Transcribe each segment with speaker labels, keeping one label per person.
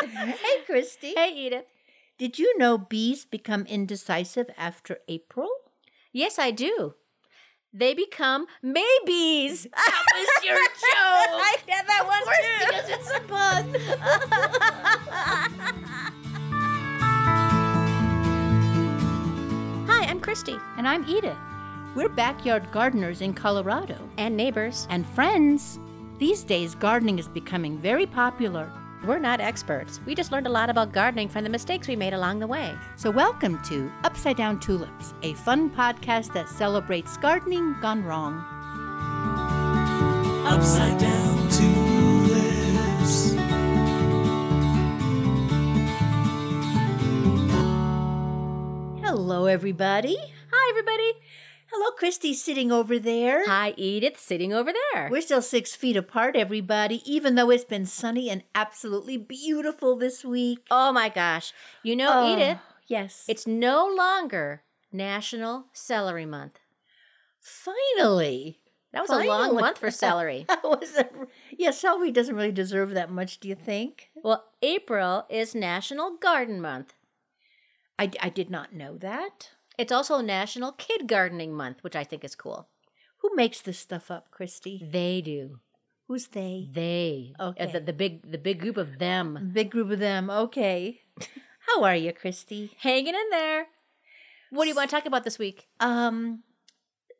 Speaker 1: hey, Christy.
Speaker 2: Hey, Edith.
Speaker 1: Did you know bees become indecisive after April?
Speaker 2: Yes, I do. They become maybes.
Speaker 1: That was your joke.
Speaker 2: I had that one
Speaker 1: course,
Speaker 2: too.
Speaker 1: because it's fun.
Speaker 2: Hi, I'm Christy
Speaker 1: And I'm Edith. We're backyard gardeners in Colorado
Speaker 2: and neighbors.
Speaker 1: and friends. These days, gardening is becoming very popular.
Speaker 2: We're not experts. We just learned a lot about gardening from the mistakes we made along the way.
Speaker 1: So, welcome to Upside Down Tulips, a fun podcast that celebrates gardening gone wrong.
Speaker 3: upside down tulips.
Speaker 1: Hello, everybody.
Speaker 2: Hi, everybody.
Speaker 1: Hello, Christy, sitting over there.
Speaker 2: Hi, Edith, sitting over there.
Speaker 1: We're still six feet apart, everybody, even though it's been sunny and absolutely beautiful this week.
Speaker 2: oh my gosh. You know,
Speaker 1: Oh,
Speaker 2: Edith,
Speaker 1: Yes.
Speaker 2: it's no longer National Celery Month.
Speaker 1: finally.
Speaker 2: That was a long
Speaker 1: Finally.
Speaker 2: month for celery.
Speaker 1: That was a, yeah, celery doesn't really deserve that much, do you think?
Speaker 2: well, April is National Garden Month.
Speaker 1: I, I did not know that.
Speaker 2: It's also National Kid Gardening Month, which I think is cool.
Speaker 1: Who makes this stuff up, Christy?
Speaker 2: They do.
Speaker 1: Who's they?
Speaker 2: They. Uh,
Speaker 1: Okay.
Speaker 2: the, the big the big group of them.
Speaker 1: Big group of them. Okay. How are you, Christy?
Speaker 2: Hanging in there. What do you want to talk about this week?
Speaker 1: Um,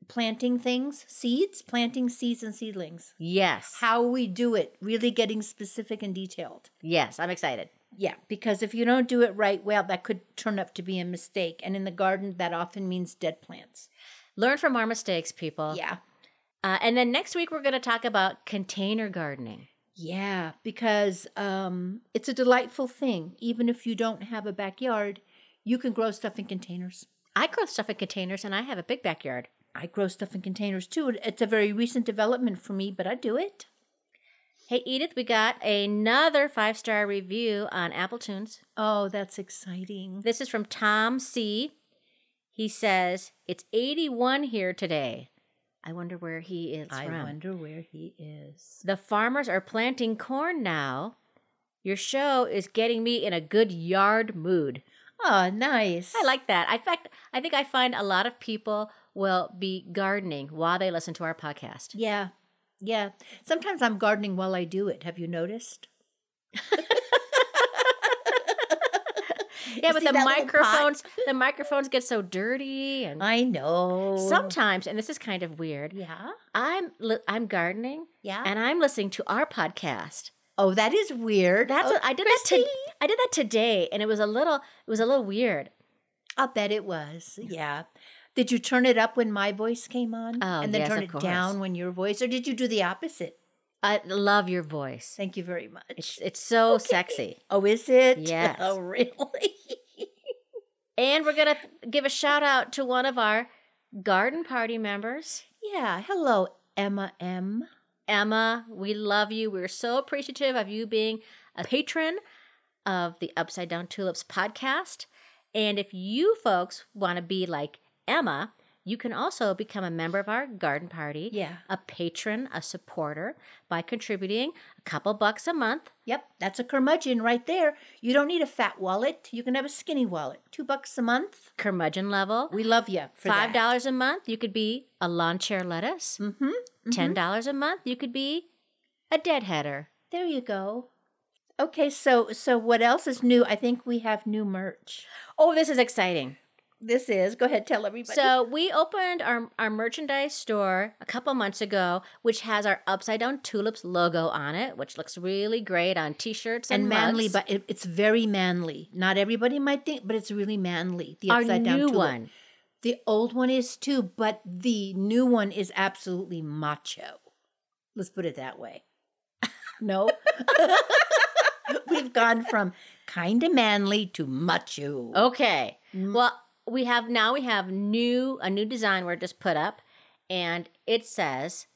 Speaker 1: planting things, seeds, planting seeds and seedlings.
Speaker 2: Yes.
Speaker 1: How we do it, really getting specific and detailed.
Speaker 2: Yes, I'm excited.
Speaker 1: Yeah, because if you don't do it right, well, that could turn up to be a mistake. And in the garden, that often means dead plants.
Speaker 2: Learn from our mistakes, people.
Speaker 1: Yeah.
Speaker 2: Uh, and then next week, we're going to talk about container gardening.
Speaker 1: Yeah, because um, it's a delightful thing. Even if you don't have a backyard, you can grow stuff in containers.
Speaker 2: I grow stuff in containers and I have a big backyard.
Speaker 1: I grow stuff in containers too. It- It's a very recent development for me, but I do it.
Speaker 2: Hey, Edith, we got another five star review on Apple Tunes.
Speaker 1: Oh, that's exciting.
Speaker 2: This is from Tom C. He says, It's 81 here today. I wonder where he is
Speaker 1: I
Speaker 2: from.
Speaker 1: wonder where he is.
Speaker 2: The farmers are planting corn now. Your show is getting me in a good yard mood.
Speaker 1: Oh, nice.
Speaker 2: I like that. In fact, I think I find a lot of people will be gardening while they listen to our podcast.
Speaker 1: Yeah. Yeah. Sometimes I'm gardening while I do it. Have you noticed?
Speaker 2: Yeah, but
Speaker 1: see
Speaker 2: the
Speaker 1: that little pot?
Speaker 2: microphones, the microphones get so dirty, and
Speaker 1: I know.
Speaker 2: sometimes, and this is kind of weird.
Speaker 1: Yeah.
Speaker 2: I'm li- I'm gardening,
Speaker 1: Yeah.
Speaker 2: and I'm listening to our podcast.
Speaker 1: oh, that is weird.
Speaker 2: That's
Speaker 1: oh,
Speaker 2: what- I did that. To, I did that today, and it was a little it was a little weird.
Speaker 1: I bet it was. Yeah. Did you turn it up when my voice came on?
Speaker 2: Oh,
Speaker 1: and then
Speaker 2: yes,
Speaker 1: turn
Speaker 2: of
Speaker 1: it
Speaker 2: course.
Speaker 1: down when your voice? Or did you do the opposite?
Speaker 2: I love your voice.
Speaker 1: Thank you very much.
Speaker 2: It's it's so
Speaker 1: Okay.
Speaker 2: sexy.
Speaker 1: Oh, is it?
Speaker 2: Yes.
Speaker 1: Oh, really?
Speaker 2: And we're gonna give a shout out to one of our garden party members.
Speaker 1: yeah. Hello, Emma M.
Speaker 2: Emma, we love you. We're so appreciative of you being a patron of the Upside Down Tulips podcast. And if you folks want to be like Emma, you can also become a member of our garden party,
Speaker 1: Yeah.
Speaker 2: a patron, a supporter by contributing a couple bucks a month.
Speaker 1: Yep. That's a curmudgeon right there. You don't need a fat wallet. You can have a skinny wallet. Two bucks a month.
Speaker 2: curmudgeon level.
Speaker 1: We love you for
Speaker 2: Five dollars a month, you could be a lawn chair lettuce.
Speaker 1: Mm-hmm.
Speaker 2: Ten dollars a month, you could be a deadheader.
Speaker 1: There you go. Okay, so so what else is new? I think we have new merch.
Speaker 2: Oh, this is exciting.
Speaker 1: This is. Go ahead, tell everybody.
Speaker 2: So we opened our, our merchandise store a couple months ago, which has our upside down tulips logo on it, which looks really great on t-shirts and,
Speaker 1: and manly,
Speaker 2: mugs.
Speaker 1: but it, it's very manly. Not everybody might think, but it's really manly. The
Speaker 2: our
Speaker 1: upside down
Speaker 2: new
Speaker 1: tulip.
Speaker 2: one.
Speaker 1: The old one is too, but the new one is absolutely macho. Let's put it that way. No. We've gone from kind of manly to macho.
Speaker 2: Oh. Okay.
Speaker 1: Mm.
Speaker 2: Well, we have now we have new a new design where it just put up, and it says,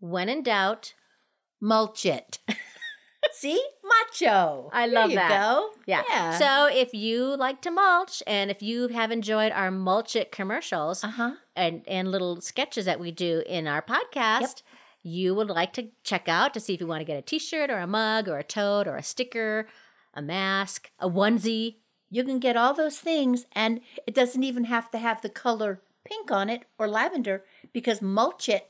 Speaker 2: "When in doubt,
Speaker 1: mulch it. See? Macho.
Speaker 2: I
Speaker 1: There
Speaker 2: love
Speaker 1: you
Speaker 2: that.
Speaker 1: go.
Speaker 2: Yeah. So if you like to mulch and if you have enjoyed our mulch it commercials
Speaker 1: uh-huh.
Speaker 2: and, and little sketches that we do in our podcast, you would like to check out to see if you want to get a t shirt or a mug or a tote or a sticker, a mask, a onesie.
Speaker 1: You can get all those things, and it doesn't even have to have the color pink on it or lavender because mulch it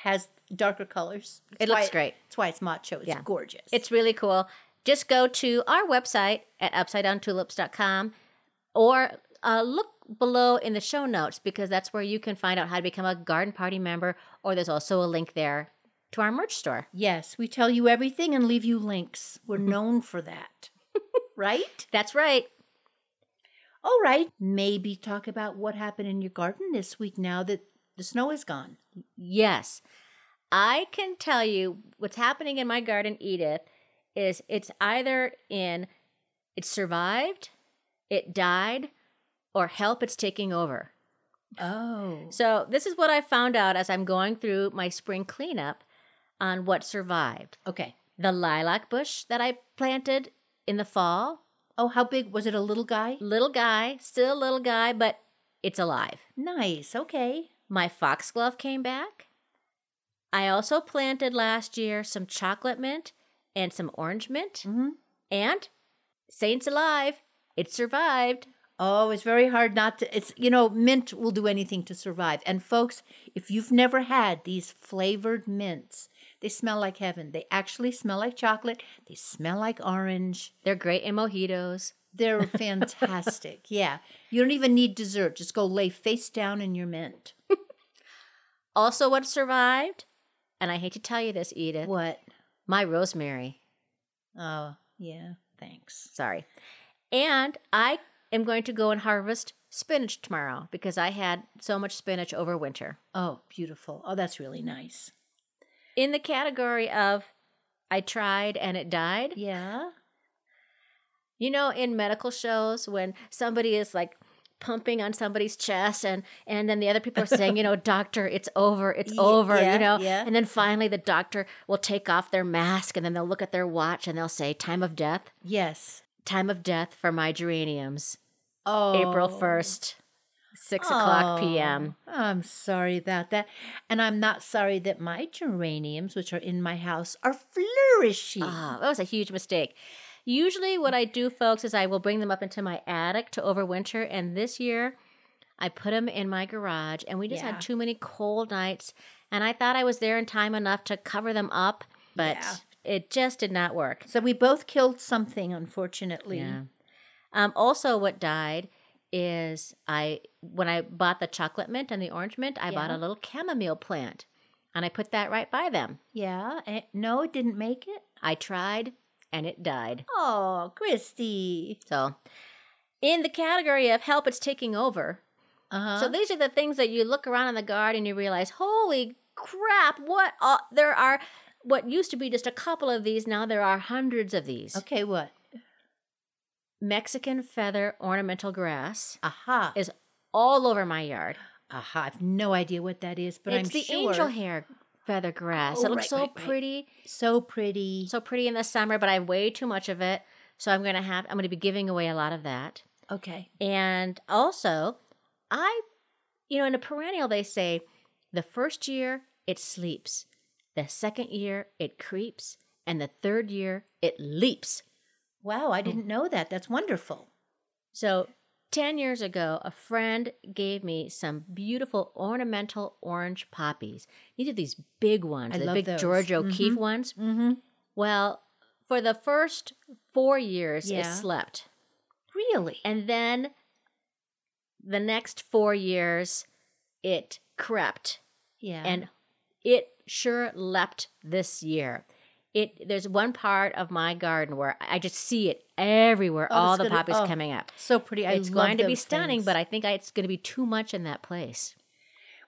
Speaker 1: has darker colors. It's
Speaker 2: It
Speaker 1: why
Speaker 2: looks great.
Speaker 1: It's why it's macho. It's
Speaker 2: Yeah.
Speaker 1: gorgeous.
Speaker 2: It's really cool. Just go to our website at upsidedowntulips.com or uh, look below in the show notes because that's where you can find out how to become a garden party member, or there's also a link there to our merch store.
Speaker 1: yes, we tell you everything and leave you links. We're
Speaker 2: Mm-hmm.
Speaker 1: known for that, right?
Speaker 2: That's right.
Speaker 1: All right, maybe talk about what happened in your garden this week now that the snow is gone.
Speaker 2: Yes. I can tell you what's happening in my garden, Edith, is it's either in it survived, it died, or help it's taking over.
Speaker 1: Oh,
Speaker 2: So this is what I found out as I'm going through my spring cleanup on what survived.
Speaker 1: okay.
Speaker 2: The lilac bush that I planted in the fall,
Speaker 1: Oh, how big was it? A little guy?
Speaker 2: little guy, still a little guy, but it's alive.
Speaker 1: Nice. Okay.
Speaker 2: My foxglove came back. I also planted last year some chocolate mint and some orange mint.
Speaker 1: hmm
Speaker 2: And Saints Alive, it survived.
Speaker 1: Oh, it's very hard not to. It's, you know, mint will do anything to survive. And folks, if you've never had these flavored mints, they smell like heaven. They actually smell like chocolate, they smell like orange.
Speaker 2: They're great in mojitos.
Speaker 1: They're fantastic. yeah. You don't even need dessert. Just go lay face down in your mint.
Speaker 2: Also, what survived, and I hate to tell you this, Edith,
Speaker 1: What?
Speaker 2: my rosemary.
Speaker 1: Oh, yeah. Thanks.
Speaker 2: Sorry. And I am going to go and harvest spinach tomorrow because I had so much spinach over winter.
Speaker 1: Oh, beautiful. Oh, that's really nice.
Speaker 2: In the category of I tried and it died,
Speaker 1: Yeah.
Speaker 2: You know, in medical shows, when somebody is like pumping on somebody's chest, and and then the other people are saying, you know, doctor, it's over, it's
Speaker 1: Ye-
Speaker 2: over,
Speaker 1: yeah,
Speaker 2: you know,
Speaker 1: yeah.
Speaker 2: and then finally the doctor will take off their mask, and then they'll look at their watch, and they'll say, time of death,
Speaker 1: Yes.
Speaker 2: time of death for my geraniums,
Speaker 1: Oh.
Speaker 2: April first, six o'clock p.m.
Speaker 1: Oh, I'm sorry about that. And I'm not sorry that my geraniums, which are in my house, are flourishing.
Speaker 2: Ah, that was a huge mistake. Usually, what I do, folks, is I will bring them up into my attic to overwinter. And this year, I put them in my garage, and we just
Speaker 1: Yeah.
Speaker 2: had too many cold nights. And I thought I was there in time enough to cover them up, but
Speaker 1: Yeah.
Speaker 2: it just did not work.
Speaker 1: So we both killed something, unfortunately.
Speaker 2: Yeah. Um, also, what died is I when I bought the chocolate mint and the orange mint, I bought
Speaker 1: Yeah.
Speaker 2: a little chamomile plant, and I put that right by them.
Speaker 1: Yeah, and no, it didn't make it.
Speaker 2: I tried, and it died.
Speaker 1: Oh, Christy.
Speaker 2: So, in the category of help, it's taking over.
Speaker 1: Uh-huh.
Speaker 2: So these are the things that you look around in the garden and you realize, holy crap! What uh, there are, what used to be just a couple of these, now there are hundreds of these.
Speaker 1: okay, what?
Speaker 2: Mexican feather ornamental grass
Speaker 1: Aha.
Speaker 2: is all over my yard.
Speaker 1: Aha. I've no idea what that is, but
Speaker 2: it's
Speaker 1: I'm
Speaker 2: the
Speaker 1: sure
Speaker 2: angel hair feather grass.
Speaker 1: Oh,
Speaker 2: it looks
Speaker 1: right,
Speaker 2: so
Speaker 1: right, right.
Speaker 2: pretty.
Speaker 1: so pretty.
Speaker 2: So pretty in the summer, but I have way too much of it. So I'm gonna have I'm gonna be giving away a lot of that.
Speaker 1: okay.
Speaker 2: And also, I, you know, in a perennial, they say the first year it sleeps, the second year it creeps, and the third year it leaps.
Speaker 1: Wow, I didn't know that. That's wonderful.
Speaker 2: So, 10 years ago, a friend gave me some beautiful ornamental orange poppies. These are these big ones,
Speaker 1: I
Speaker 2: the
Speaker 1: love
Speaker 2: big
Speaker 1: those.
Speaker 2: George O'Keefe
Speaker 1: Mhm.
Speaker 2: ones.
Speaker 1: Mm-hmm.
Speaker 2: Well, for the first four years,
Speaker 1: Yeah.
Speaker 2: it slept.
Speaker 1: Really?
Speaker 2: And then the next four years, it crept
Speaker 1: yeah.
Speaker 2: and it sure leapt this year. It there's one part of my garden where I just see it everywhere.
Speaker 1: Oh,
Speaker 2: all
Speaker 1: it's
Speaker 2: the
Speaker 1: gonna-
Speaker 2: poppies
Speaker 1: oh,
Speaker 2: coming up.
Speaker 1: so pretty. I
Speaker 2: it's
Speaker 1: love
Speaker 2: going to be
Speaker 1: those
Speaker 2: stunning,
Speaker 1: things.
Speaker 2: but I think I, it's going to be too much in that place.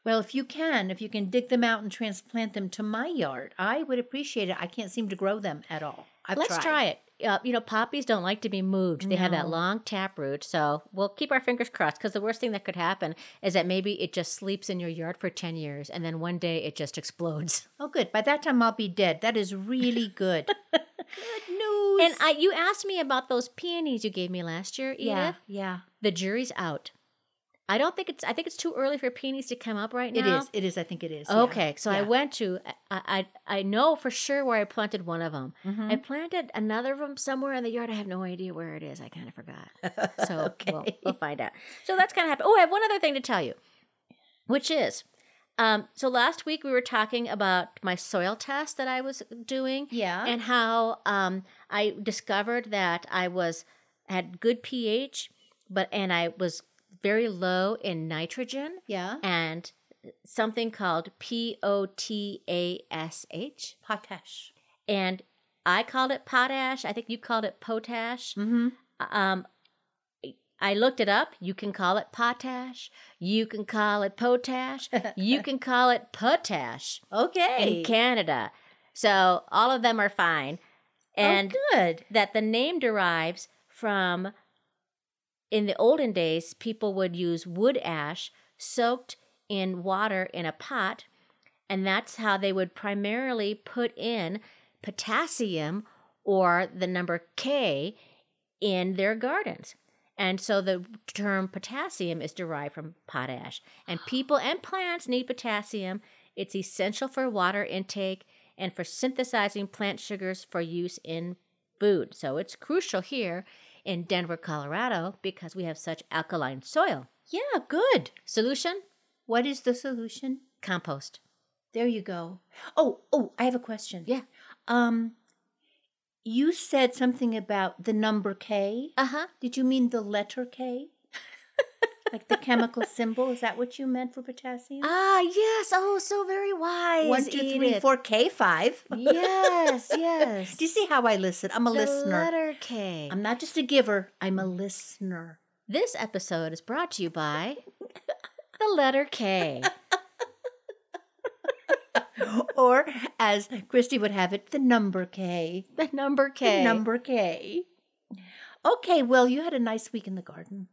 Speaker 1: Well, if you can, if you can dig them out and transplant them to my yard, I would appreciate it. I can't seem to grow them at all. I've
Speaker 2: Let's
Speaker 1: tried.
Speaker 2: try it. Uh, you know, poppies don't like to be moved. They have that
Speaker 1: No.
Speaker 2: long tap root, so we'll keep our fingers crossed. Because the worst thing that could happen is that maybe it just sleeps in your yard for ten years, and then one day it just explodes.
Speaker 1: Oh, good. By that time, I'll be dead. That is really good. good news.
Speaker 2: And I, you asked me about those peonies you gave me last year, Edith.
Speaker 1: yeah, yeah.
Speaker 2: The jury's out. I don't think it's. I think it's too early for peonies to come up right now.
Speaker 1: It is. It is. I think it is. yeah.
Speaker 2: Okay, so I
Speaker 1: Yeah.
Speaker 2: went to I, I I know for sure where I planted one of them. I
Speaker 1: Mm-hmm.
Speaker 2: planted another of them somewhere in the yard. I have no idea where it is. I kind of forgot. So we'll,
Speaker 1: Okay.
Speaker 2: we'll find out. So that's kind of happened. Oh, I have one other thing to tell you, which is, um, so last week we were talking about my soil test that I was doing,
Speaker 1: Yeah.
Speaker 2: and how um I discovered that I was had good pH, but and I was very low in nitrogen
Speaker 1: yeah.
Speaker 2: and something called P O T A S H.
Speaker 1: Potash.
Speaker 2: And I called it potash. I think you called it potash.
Speaker 1: Mm-hmm.
Speaker 2: Um, I looked it up. You can call it potash. You can call it potash. you can call it potash
Speaker 1: Okay.
Speaker 2: in Canada. So all of them are fine. And
Speaker 1: oh, good.
Speaker 2: that the name derives from in the olden days people would use wood ash soaked in water in a pot and that's how they would primarily put in potassium or the number k in their gardens and so the term potassium is derived from potash and people and plants need potassium it's essential for water intake and for synthesizing plant sugars for use in food. So it's crucial here in Denver, Colorado, because we have such alkaline soil.
Speaker 1: Yeah, good.
Speaker 2: Solution?
Speaker 1: What is the solution?
Speaker 2: Compost.
Speaker 1: There you go. Oh, oh, I have a question.
Speaker 2: Yeah.
Speaker 1: Um, you said something about the number K.
Speaker 2: Uh huh.
Speaker 1: Did you mean the letter K? like the chemical symbol? Is that what you meant for potassium?
Speaker 2: Ah, yes. Oh, so very wise.
Speaker 1: One, two, three,
Speaker 2: Edith.
Speaker 1: four, K, five.
Speaker 2: Yes, yes.
Speaker 1: Do you see how I listen? I'm a
Speaker 2: The
Speaker 1: listener.
Speaker 2: letter K.
Speaker 1: I'm not just a giver, I'm a listener.
Speaker 2: This episode is brought to you by the letter K.
Speaker 1: or, as Christy would have it, the number K.
Speaker 2: The number
Speaker 1: The
Speaker 2: K.
Speaker 1: number K. Okay, well, you had a nice week in the garden.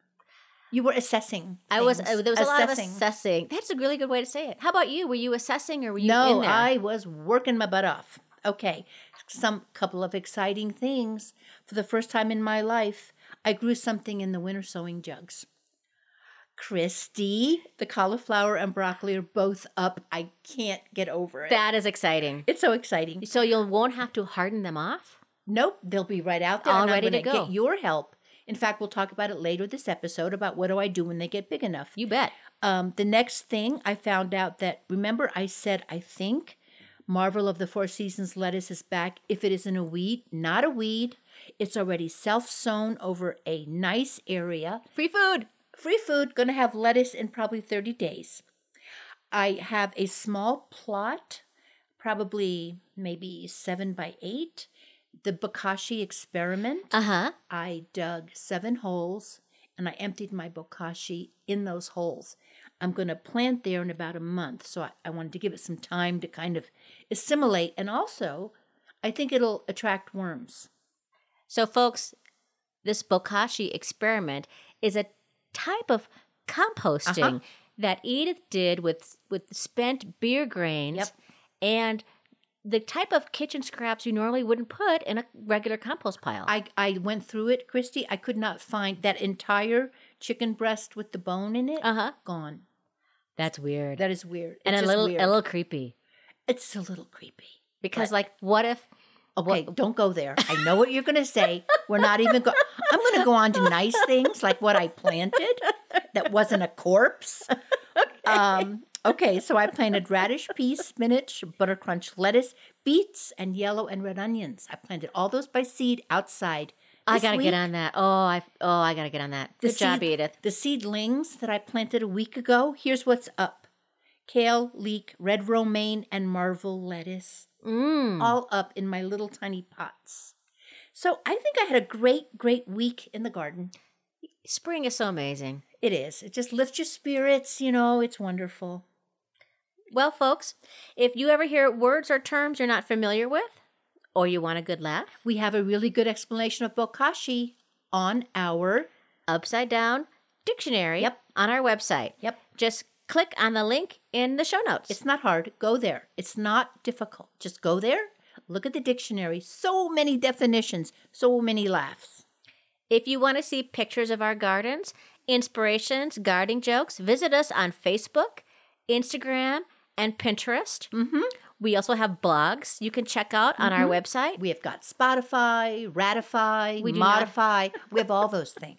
Speaker 1: You were assessing.
Speaker 2: I was
Speaker 1: things.
Speaker 2: uh, there was a lot of
Speaker 1: Assessing.
Speaker 2: assessing. That's a really good way to say it. How about you? Were you assessing or were you in
Speaker 1: no,
Speaker 2: there?
Speaker 1: I was working my butt off. Okay, some couple of exciting things. For the first time in my life, I grew something in the winter sewing jugs. Christy, the cauliflower and broccoli are both up. I can't get over it.
Speaker 2: that is exciting.
Speaker 1: it's so exciting.
Speaker 2: So you won't have to harden them off.
Speaker 1: Nope, they'll be right out there.
Speaker 2: All
Speaker 1: and I'm
Speaker 2: ready to
Speaker 1: gonna
Speaker 2: go.
Speaker 1: Get your help. In fact, we'll talk about it later this episode about what do I do when they get big enough.
Speaker 2: You bet.
Speaker 1: Um, the next thing I found out that remember I said I think Marvel of the Four Seasons lettuce is back. If it isn't a weed, not a weed. It's already self-sown over a nice area.
Speaker 2: Free food.
Speaker 1: Free food. Going to have lettuce in probably 30 days. I have a small plot, probably maybe seven by eight. The bokashi experiment.
Speaker 2: Uh huh.
Speaker 1: I dug seven holes and I emptied my bokashi in those holes. I'm going to plant there in about a month. So I, I wanted to give it some time to kind of assimilate. And also, I think it'll attract worms.
Speaker 2: So, folks, this bokashi experiment is a type of Uh-huh. composting that Edith did with with spent beer grains
Speaker 1: Yep.
Speaker 2: and the type of kitchen scraps you normally wouldn't put in a regular compost pile.
Speaker 1: I, I went through it, Christy. I could not find that entire chicken breast with the bone in it.
Speaker 2: uh huh.
Speaker 1: Gone.
Speaker 2: That's weird.
Speaker 1: That is weird.
Speaker 2: and
Speaker 1: It's
Speaker 2: a
Speaker 1: just
Speaker 2: little
Speaker 1: weird.
Speaker 2: a little creepy
Speaker 1: It's a little creepy.
Speaker 2: because, like, what if?
Speaker 1: Okay, don't go there. I know what you're going to say. We're not even going. I'm going to go on to nice things like what I planted that wasn't a corpse. Um, okay, so I planted radish, peas, spinach, butter crunch lettuce, beets, and yellow and red onions. I planted all those by seed outside.
Speaker 2: I
Speaker 1: This
Speaker 2: gotta
Speaker 1: week,
Speaker 2: get on that. Oh, I oh, I gotta get on that.
Speaker 1: the
Speaker 2: Good job,
Speaker 1: seed-
Speaker 2: Edith.
Speaker 1: The seedlings that I planted a week ago. Here's what's up: kale, leek, red romaine, and marvel lettuce
Speaker 2: Mm.
Speaker 1: all up in my little tiny pots. So I think I had a great, great week in the garden.
Speaker 2: Spring is so amazing.
Speaker 1: It is. It just lifts your spirits, you know, it's wonderful.
Speaker 2: Well, folks, if you ever hear words or terms you're not familiar with, or you want a good laugh,
Speaker 1: We have a really good explanation of bokashi on our
Speaker 2: upside down dictionary
Speaker 1: Yep.
Speaker 2: on our website.
Speaker 1: Yep.
Speaker 2: Just click on the link in the show notes.
Speaker 1: It's not hard. Go there. It's not difficult. Just go there, look at the dictionary. So many definitions, so many laughs.
Speaker 2: if you want to see pictures of our gardens inspirations, gardening jokes, visit us on Facebook, Instagram, and Pinterest. Mm-hmm. We also have blogs you can check out on
Speaker 1: Mm-hmm.
Speaker 2: our website.
Speaker 1: We have got Spotify, Ratify,
Speaker 2: We do not-
Speaker 1: Modify. we have all those things.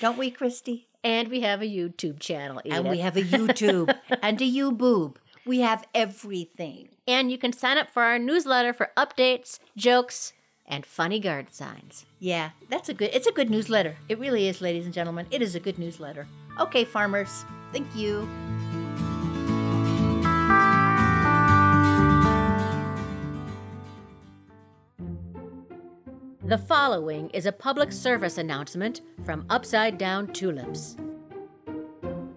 Speaker 1: Don't we, Christy?
Speaker 2: And we have a YouTube channel.
Speaker 1: And we
Speaker 2: Edith.
Speaker 1: have a YouTube and a you boob. We have everything.
Speaker 2: and you can sign up for our newsletter for updates, jokes, and funny garden signs.
Speaker 1: Yeah, that's a good it's a good newsletter. It really is, ladies and gentlemen. It is a good newsletter. Okay, farmers. Thank you.
Speaker 2: The following is a public service announcement from Upside Down Tulips.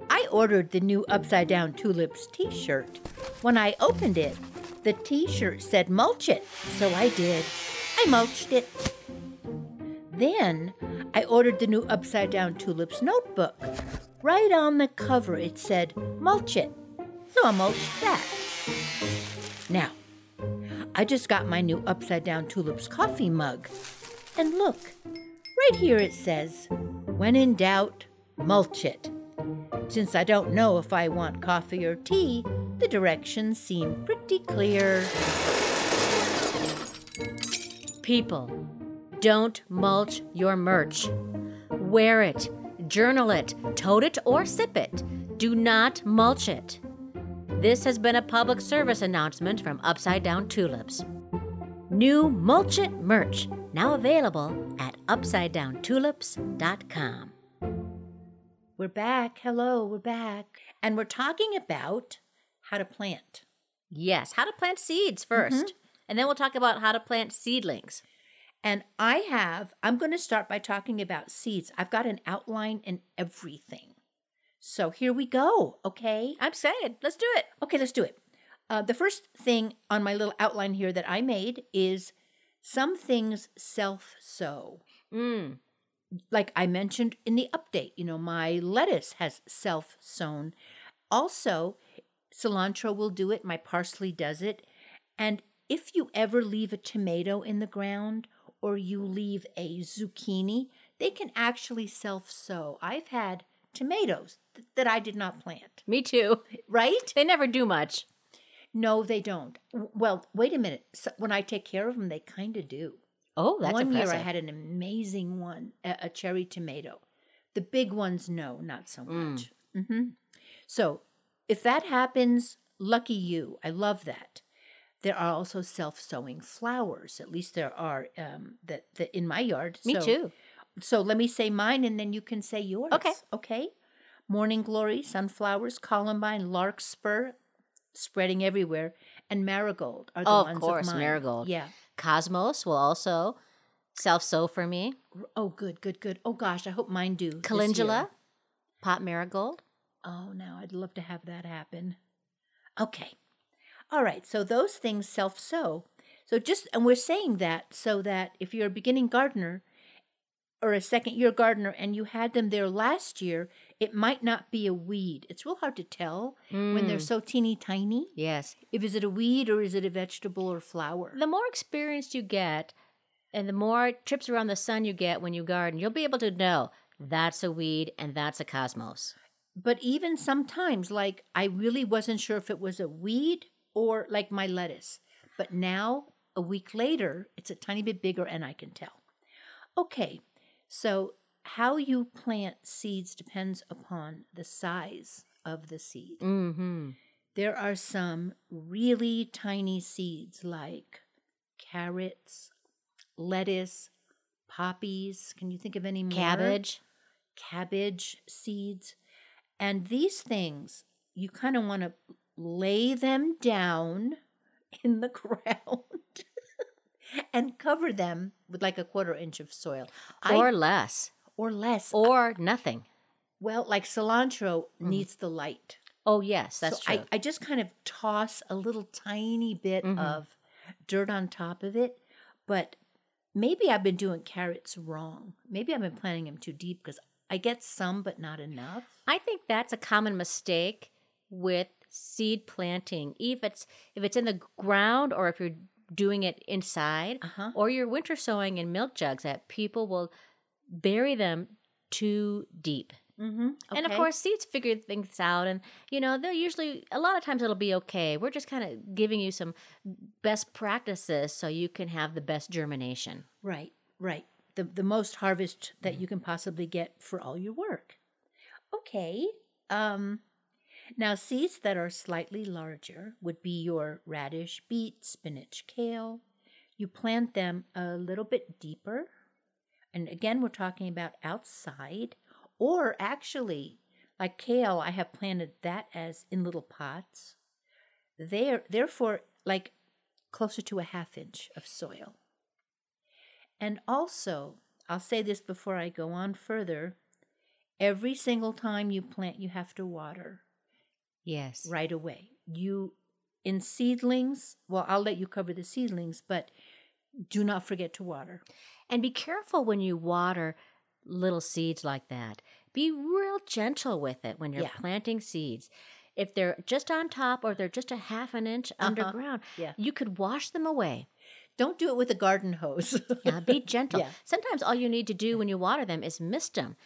Speaker 1: I ordered the new Upside Down Tulips t shirt. When I opened it, the t shirt said mulch it, so I did. I mulched it. Then I ordered the new Upside Down Tulips notebook. Right on the cover, it said mulch it, so I mulched that. Now, I just got my new Upside Down Tulips coffee mug. And look, right here it says, when in doubt, mulch it. Since I don't know if I want coffee or tea, the directions seem pretty clear.
Speaker 2: People, don't mulch your merch. Wear it, journal it, tote it, or sip it. Do not mulch it. This has been a public service announcement from Upside Down Tulips. New Mulch It merch now available at upsidedowntulips.com.
Speaker 1: We're back. Hello, we're back. And we're talking about how to plant.
Speaker 2: Yes, how to plant seeds 1st And then we'll talk about how to plant seedlings.
Speaker 1: And I have, I'm going to start by talking about seeds. I've got an outline and everything. So here we go, okay?
Speaker 2: I'm excited. Let's do it.
Speaker 1: Okay, let's do it. Uh, the first thing on my little outline here that I made is some things self sow.
Speaker 2: Mm.
Speaker 1: like I mentioned in the update, you know, my lettuce has self sown. Also, cilantro will do it, my parsley does it. And if you ever leave a tomato in the ground or you leave a zucchini, they can actually self sow. I've had tomatoes th- that I did not plant,
Speaker 2: Me too.
Speaker 1: right?
Speaker 2: They never do much.
Speaker 1: No, they don't. W- Well, wait a minute. So when I take care of them, they kind of do.
Speaker 2: Oh, that's
Speaker 1: one
Speaker 2: impressive.
Speaker 1: year I had an amazing one, a, a cherry tomato. The big ones, no, not
Speaker 2: Mm.
Speaker 1: so much. hmm So if that happens, lucky you. I love that. There are also self-sowing flowers. At least there are um, that that in my yard.
Speaker 2: Me
Speaker 1: So-
Speaker 2: too.
Speaker 1: So let me say mine, and then you can say yours.
Speaker 2: Okay.
Speaker 1: Okay. Morning glory, sunflowers, columbine, larkspur, spreading everywhere, and marigold are the
Speaker 2: Oh, of
Speaker 1: ones
Speaker 2: course,
Speaker 1: mine.
Speaker 2: marigold.
Speaker 1: Yeah.
Speaker 2: Cosmos will also self sow for me.
Speaker 1: Oh, good, good, good. Oh gosh, I hope mine do. this
Speaker 2: Calendula,
Speaker 1: year.
Speaker 2: pot marigold.
Speaker 1: Oh no, I'd love to have that happen. Okay. All right. So those things self sow. So just and we're saying that so that if you're a beginning gardener or a second year gardener and you had them there last year, it might not be a weed. It's real hard to tell when they're so teeny tiny.
Speaker 2: Yes.
Speaker 1: If is it a weed or is it a vegetable or flower?
Speaker 2: The more experienced you get and the more trips around the sun you get when you garden, you'll be able to know that's a weed and that's a cosmos.
Speaker 1: But even sometimes, like I really wasn't sure if it was a weed or like my lettuce. But now, a week later, it's a tiny bit bigger and I can tell. Okay, so how you plant seeds depends upon the size of the seed.
Speaker 2: Mm-hmm.
Speaker 1: There are some really tiny seeds like carrots, lettuce, poppies. Can you think of any more?
Speaker 2: Cabbage.
Speaker 1: cabbage seeds. And these things, you kind of want to lay them down in the ground and cover them with like a quarter inch of soil I-
Speaker 2: or less.
Speaker 1: or less.
Speaker 2: Or nothing.
Speaker 1: well, like cilantro needs the light.
Speaker 2: Oh yes, that's
Speaker 1: so
Speaker 2: true.
Speaker 1: I, I just kind of toss a little tiny bit
Speaker 2: Mhm.
Speaker 1: of dirt on top of it. But maybe I've been doing carrots wrong. Maybe I've been planting them too deep because I get some, but not enough.
Speaker 2: I think that's a common mistake with seed planting. If it's if it's in the ground or if you're doing it inside
Speaker 1: Uh huh.
Speaker 2: or you're winter sowing in milk jugs that people will bury them too deep
Speaker 1: Mm-hmm.
Speaker 2: And of course, seeds figure things out, and you know they're usually a lot of times it'll be okay. We're just kind of giving you some best practices so you can have the best germination.
Speaker 1: Right, right. The the most harvest that you can possibly get for all your work. Okay. Um now seeds that are slightly larger would be your radish, beet, spinach, kale. You plant them a little bit deeper. And again, we're talking about outside or actually like kale, I have planted that as in little pots. There therefore like closer to a half inch of soil. And also, I'll say this before I go on further every single time you plant, you have to water
Speaker 2: Yes. Right.
Speaker 1: right away. You, in seedlings, well, I'll let you cover the seedlings, but do not forget to water.
Speaker 2: And be careful when you water little seeds like that. Be real gentle with it when you're
Speaker 1: Yeah.
Speaker 2: planting seeds. If they're just on top or they're just a half an inch underground,
Speaker 1: Uh-huh. Yeah.
Speaker 2: you could wash them away.
Speaker 1: Don't do it with a garden hose.
Speaker 2: Yeah, be gentle.
Speaker 1: Yeah.
Speaker 2: Sometimes all you need to do when you water them is mist them.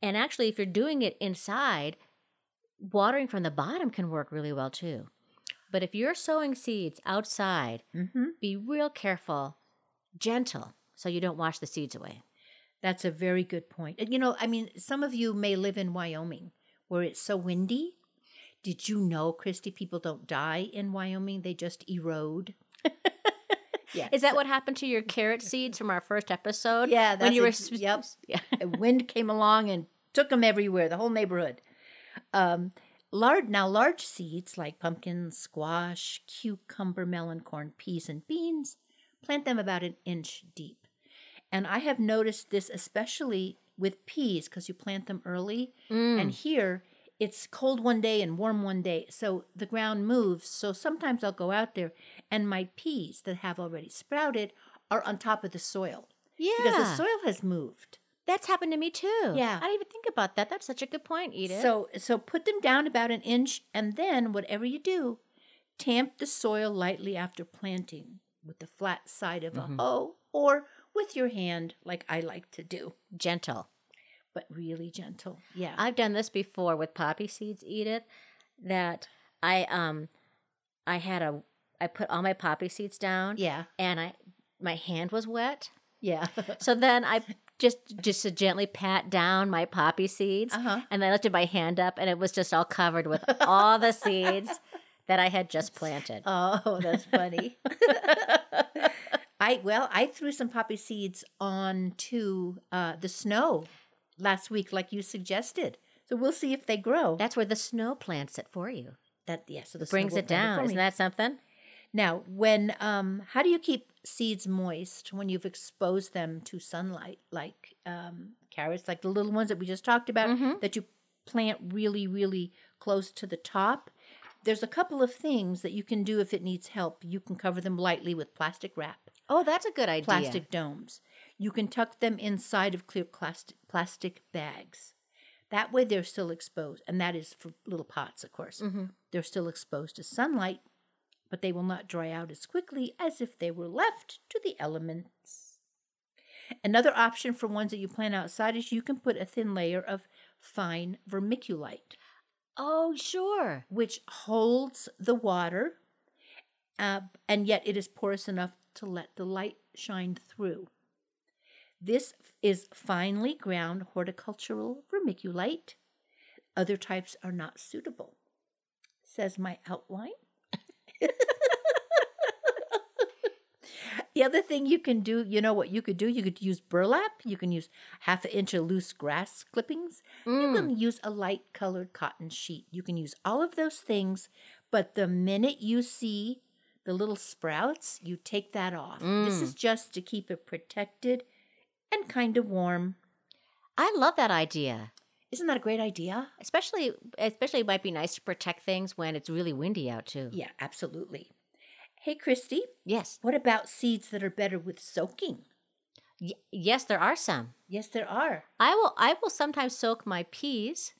Speaker 2: And actually, if you're doing it inside, watering from the bottom can work really well too. But if you're sowing seeds outside,
Speaker 1: mm-hmm.
Speaker 2: be real careful, gentle, so you don't wash the seeds away.
Speaker 1: That's a very good point. And, You know, I mean, some of you may live in Wyoming where it's so windy. Did you know, Christy, people don't die in Wyoming? They just erode. yeah.
Speaker 2: Is that what happened to your carrot seeds from our first episode?
Speaker 1: Yeah,
Speaker 2: when
Speaker 1: that's
Speaker 2: you were
Speaker 1: ex- yep.
Speaker 2: yeah.
Speaker 1: a wind came along and took them everywhere, the whole neighborhood. Um, large now, large seeds like pumpkin, squash, cucumber, melon, corn, peas, and beans, plant them about an inch deep. And I have noticed this especially with peas because you plant them early, and here it's cold one day and warm one day, so the ground moves. So sometimes I'll go out there, and my peas that have already sprouted are on top of the soil
Speaker 2: yeah.
Speaker 1: because the soil has moved.
Speaker 2: That's happened to me too.
Speaker 1: Yeah.
Speaker 2: I didn't even think about that. That's such a good point, Edith.
Speaker 1: So so put them down about an inch and then whatever you do, tamp the soil lightly after planting with the flat side of
Speaker 2: Mm-hmm.
Speaker 1: a hoe or with your hand like I like to do,
Speaker 2: gentle.
Speaker 1: but really gentle. Yeah.
Speaker 2: I've done this before with poppy seeds, Edith, that I um I had a I put all my poppy seeds down
Speaker 1: yeah.
Speaker 2: and I my hand was wet.
Speaker 1: Yeah.
Speaker 2: So then I just just to gently pat down my poppy seeds
Speaker 1: Uh-huh.
Speaker 2: and I lifted my hand up and it was just all covered with all the seeds that I had just planted.
Speaker 1: Oh, that's funny. I well, I threw some poppy seeds onto uh, the snow last week like you suggested. So we'll see if they grow.
Speaker 2: That's where the snow plants it for you.
Speaker 1: that yeah, so the snow
Speaker 2: brings
Speaker 1: will
Speaker 2: it
Speaker 1: plant for
Speaker 2: down.
Speaker 1: me.
Speaker 2: Isn't that something?
Speaker 1: Now, when um, how do you keep seeds moist when you've exposed them to sunlight, like um, carrots, like the little ones that we just talked about, that you plant really, really close to the top? There's a couple of things that you can do if it needs help. You can cover them lightly with plastic wrap,
Speaker 2: Oh, that's a good idea.
Speaker 1: plastic domes. You can tuck them inside of clear plastic plastic bags. That way, they're still exposed, and that is for little pots, of course. They're still exposed to sunlight, but they will not dry out as quickly as if they were left to the elements. Another option for ones that you plant outside is you can put a thin layer of fine vermiculite,
Speaker 2: Oh, sure.
Speaker 1: which holds the water, uh, and yet it is porous enough to let the light shine through. This is finely ground horticultural vermiculite. Other types are not suitable, says my outline. the other thing you can do, you know what you could do? You could use burlap. You can use half an inch of loose grass clippings. You can use a light colored cotton sheet. You can use all of those things, but the minute you see the little sprouts, you take that off. This is just to keep it protected and kind of warm.
Speaker 2: I love that idea.
Speaker 1: Isn't that a great idea?
Speaker 2: especially especially it might be nice to protect things when it's really windy out too
Speaker 1: Yeah, absolutely. Hey, Christy,
Speaker 2: yes
Speaker 1: what about seeds that are better with soaking?
Speaker 2: y- yes there are some
Speaker 1: Yes, there are.
Speaker 2: i will i will sometimes soak my peas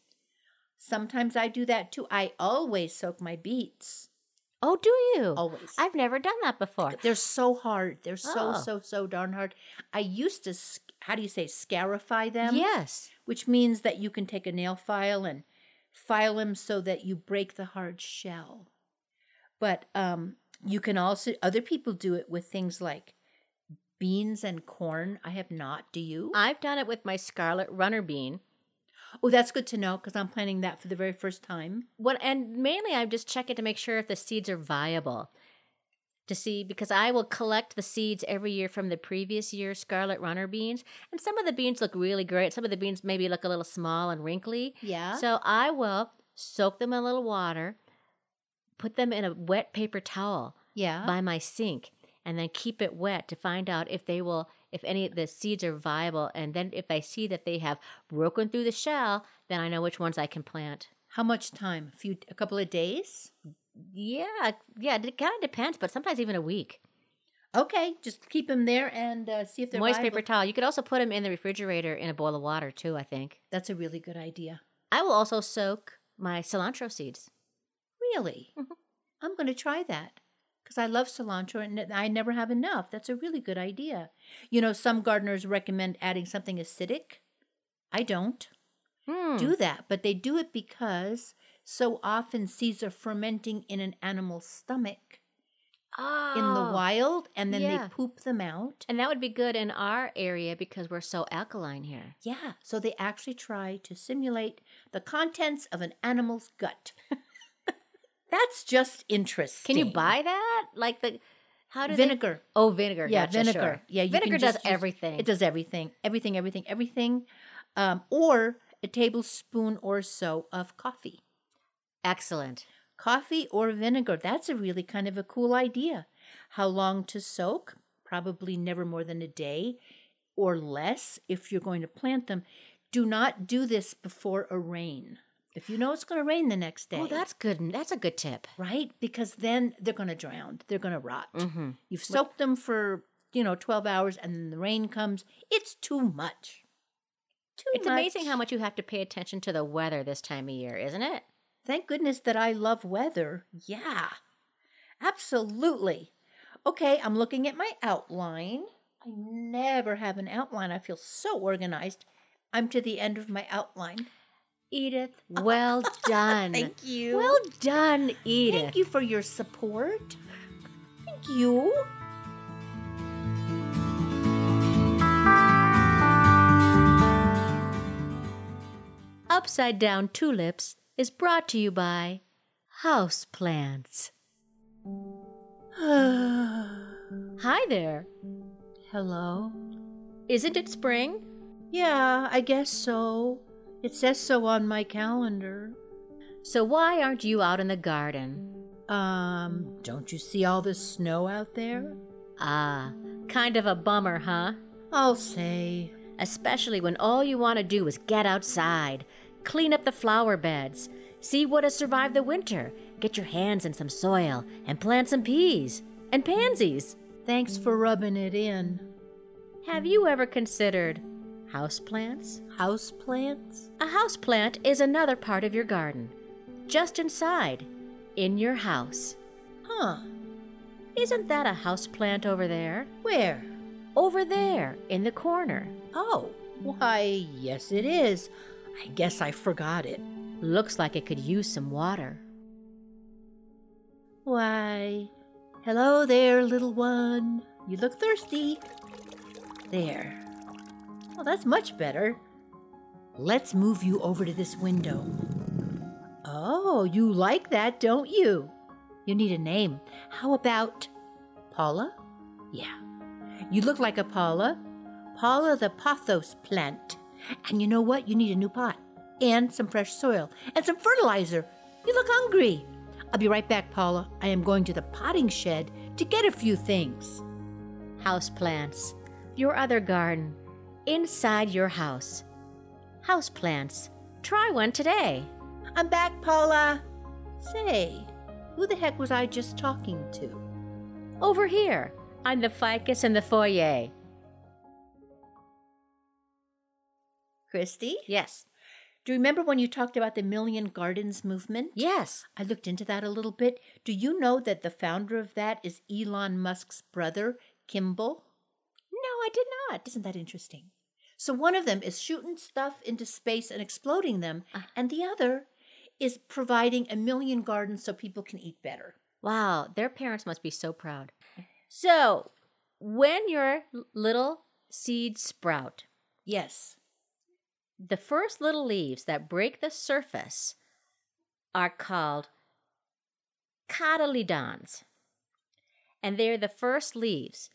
Speaker 1: Sometimes I do that too. I always soak my beets.
Speaker 2: Oh, do you?
Speaker 1: Always.
Speaker 2: I've never done that before.
Speaker 1: They're so hard. They're so
Speaker 2: Oh.
Speaker 1: so so darn hard. I used to sc- how do you say scarify them?
Speaker 2: Yes.
Speaker 1: which means that you can take a nail file and file them so that you break the hard shell. But um, you can also, other people do it with things like beans and corn. I have not. Do you?
Speaker 2: I've done it with my scarlet runner bean.
Speaker 1: oh, that's good to know because I'm planning that for the very first time.
Speaker 2: What and mainly I just check it to make sure if the seeds are viable. To see because I will collect the seeds every year from the previous year's scarlet runner beans. And some of the beans look really great. Some of the beans maybe look a little small and wrinkly.
Speaker 1: Yeah.
Speaker 2: So I will soak them in a little water, put them in a wet paper towel
Speaker 1: yeah.
Speaker 2: by my sink, and then keep it wet to find out if they will, if any of the seeds are viable. And then if I see that they have broken through the shell, then I know which ones I can plant.
Speaker 1: How much time? A few, a couple of days.
Speaker 2: Yeah, yeah, it kind of depends, but sometimes even a week.
Speaker 1: Okay, just keep them there and uh, see if they're
Speaker 2: Moist
Speaker 1: viable.
Speaker 2: paper towel. You could also put them in the refrigerator in a boil of water too. I think
Speaker 1: That's a really good idea.
Speaker 2: I will also soak my cilantro seeds.
Speaker 1: Really?
Speaker 2: Mm-hmm.
Speaker 1: I'm going to try that because I love cilantro and I never have enough. That's a really good idea. You know, some gardeners recommend adding something acidic. I don't
Speaker 2: Hmm.
Speaker 1: do that, but they do it because so often seeds are fermenting in an animal's stomach in the
Speaker 2: Oh.
Speaker 1: wild and then
Speaker 2: yeah.
Speaker 1: they poop them out.
Speaker 2: And that would be good in our area because we're so alkaline here.
Speaker 1: Yeah, so they actually try to simulate the contents of an animal's gut. That's just interesting.
Speaker 2: Can you buy that? Like the how do they?
Speaker 1: vinegar?
Speaker 2: Oh, vinegar.
Speaker 1: Yeah,
Speaker 2: gotcha,
Speaker 1: vinegar.
Speaker 2: sure.
Speaker 1: Yeah, you can
Speaker 2: vinegar does
Speaker 1: just use-
Speaker 2: everything.
Speaker 1: It does everything, everything, everything, everything, um, or a tablespoon or so of coffee.
Speaker 2: Excellent.
Speaker 1: Coffee or vinegar. That's a really kind of a cool idea. How long to soak? Probably never more than a day or less if you're going to plant them. Do not do this before a rain. If you know it's going to rain the next day,
Speaker 2: Oh, that's good. That's a good tip.
Speaker 1: right because then they're going to drown. They're going to rot.
Speaker 2: Mm-hmm.
Speaker 1: You've soaked them for, you know, 12 hours and then the rain comes. It's too much. Too
Speaker 2: It's
Speaker 1: much.
Speaker 2: amazing how much you have to pay attention to the weather this time of year, isn't it?
Speaker 1: Thank goodness that I love weather. Yeah. Absolutely. Okay, I'm looking at my outline. I never have an outline. I feel so organized. I'm to the end of my outline.
Speaker 2: Edith, well done.
Speaker 1: Thank you.
Speaker 2: Well done, Edith.
Speaker 1: thank you for your support. Thank you.
Speaker 2: Upside Down Tulips is brought to you by House Plants. Hi there.
Speaker 1: Hello.
Speaker 2: Isn't it spring?
Speaker 1: Yeah, I guess so. It says so on my calendar.
Speaker 2: So why aren't you out in the garden?
Speaker 1: Um, don't you see all the snow out there?
Speaker 2: Ah, kind of a bummer, huh?
Speaker 1: I'll say.
Speaker 2: Especially when all you want to do is get outside, clean up the flower beds, see what has survived the winter, get your hands in some soil, and plant some peas and pansies.
Speaker 1: Thanks for rubbing it in.
Speaker 2: Have you ever considered houseplants?
Speaker 1: Houseplants?
Speaker 2: A houseplant is another part of your garden, just inside, in your house.
Speaker 1: Huh.
Speaker 2: Isn't that a houseplant over there?
Speaker 1: Where?
Speaker 2: Over there, in the corner.
Speaker 1: Oh, why, yes, it is. I guess I forgot it.
Speaker 2: Looks like it could use some water.
Speaker 1: Why, hello there, little one. You look thirsty. There. Well, that's much better. Let's move you over to this window. Oh, you like that, don't you? You need a name. How about Paula? Yeah. You look like a Paula. Paula the pothos plant. And you know what? You need a new pot and some fresh soil and some fertilizer. You look hungry. I'll be right back, Paula. I am going to the potting shed to get a few things.
Speaker 2: Houseplants. Your other garden. Inside your house. Houseplants. Try one today.
Speaker 1: I'm back, Paula. Say, who the heck was I just talking to?
Speaker 2: Over here. I'm the ficus in the foyer.
Speaker 1: Christy?
Speaker 2: Yes.
Speaker 1: Do you remember when you talked about the Million Gardens movement?
Speaker 2: Yes.
Speaker 1: I looked into that a little bit. Do you know that the founder of that is Elon Musk's brother, Kimball?
Speaker 2: No, I did not.
Speaker 1: Isn't that interesting? So one of them is shooting stuff into space and exploding them,
Speaker 2: Ah.
Speaker 1: and the other is providing a million gardens so people can eat better.
Speaker 2: Wow, their parents must be so proud. So, when your l- little seeds sprout,
Speaker 1: Yes.
Speaker 2: the first little leaves that break the surface are called cotyledons. And they're the first leaves.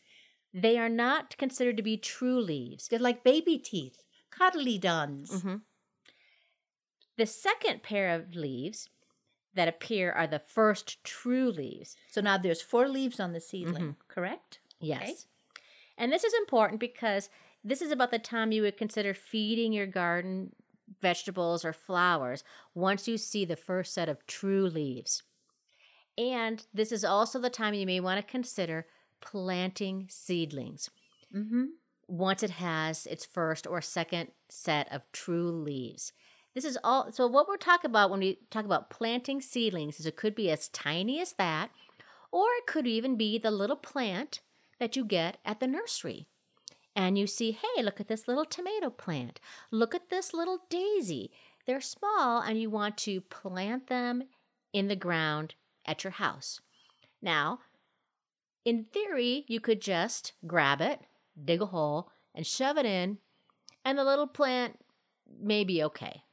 Speaker 2: They are not considered to be true leaves.
Speaker 1: They're like baby teeth, cotyledons.
Speaker 2: Mhm. The second pair of leaves that appear are the first true leaves.
Speaker 1: So now there's four leaves on the seedling,
Speaker 2: Mm-hmm.
Speaker 1: correct?
Speaker 2: Yes. And this is important because this is about the time you would consider feeding your garden vegetables or flowers once you see the first set of true leaves. And this is also the time you may want to consider planting seedlings
Speaker 1: Mm-hmm.
Speaker 2: once it has its first or second set of true leaves. This is all so what we're talking about when we talk about planting seedlings is it could be as tiny as that or it could even be the little plant that you get at the nursery. And you see, hey, look at this little tomato plant. Look at this little daisy. They're small and you want to plant them in the ground at your house. Now, in theory, you could just grab it, dig a hole, and shove it in, and the little plant may be okay.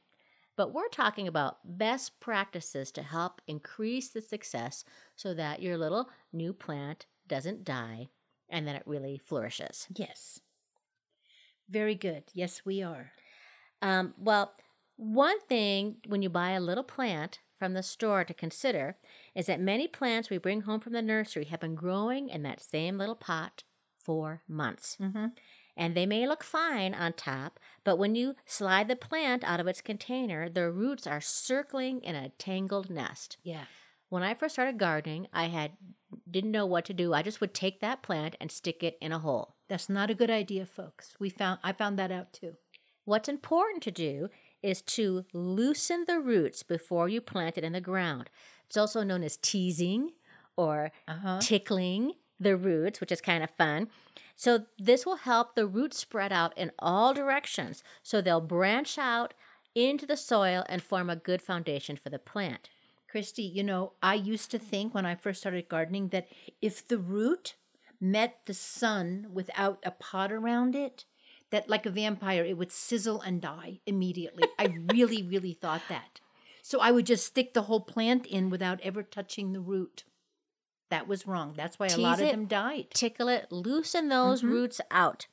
Speaker 2: But we're talking about best practices to help increase the success so that your little new plant doesn't die and that it really flourishes.
Speaker 1: Yes. Very good. Yes, we are.
Speaker 2: Um, well, one thing when you buy a little plant from the store to consider is that many plants we bring home from the nursery have been growing in that same little pot for months.
Speaker 1: Mm-hmm.
Speaker 2: And they may look fine on top, but when you slide the plant out of its container, the roots are circling in a tangled nest.
Speaker 1: Yeah.
Speaker 2: When I first started gardening, I had didn't know what to do. I just would take that plant and stick it in a hole.
Speaker 1: That's not a good idea, folks. We found I found that out too.
Speaker 2: What's important to do is to loosen the roots before you plant it in the ground. It's also known as teasing or
Speaker 1: Uh-huh.
Speaker 2: tickling the roots, which is kind of fun. So, this will help the roots spread out in all directions so they'll branch out into the soil and form a good foundation for the plant.
Speaker 1: Christy, you know, I used to think when I first started gardening that if the root met the sun without a pot around it, that like a vampire, it would sizzle and die immediately. I really, really thought that. So I would just stick the whole plant in without ever touching the root. That was wrong. That's why a lot
Speaker 2: Tease
Speaker 1: of
Speaker 2: it.
Speaker 1: them died.
Speaker 2: tickle it, loosen those roots out.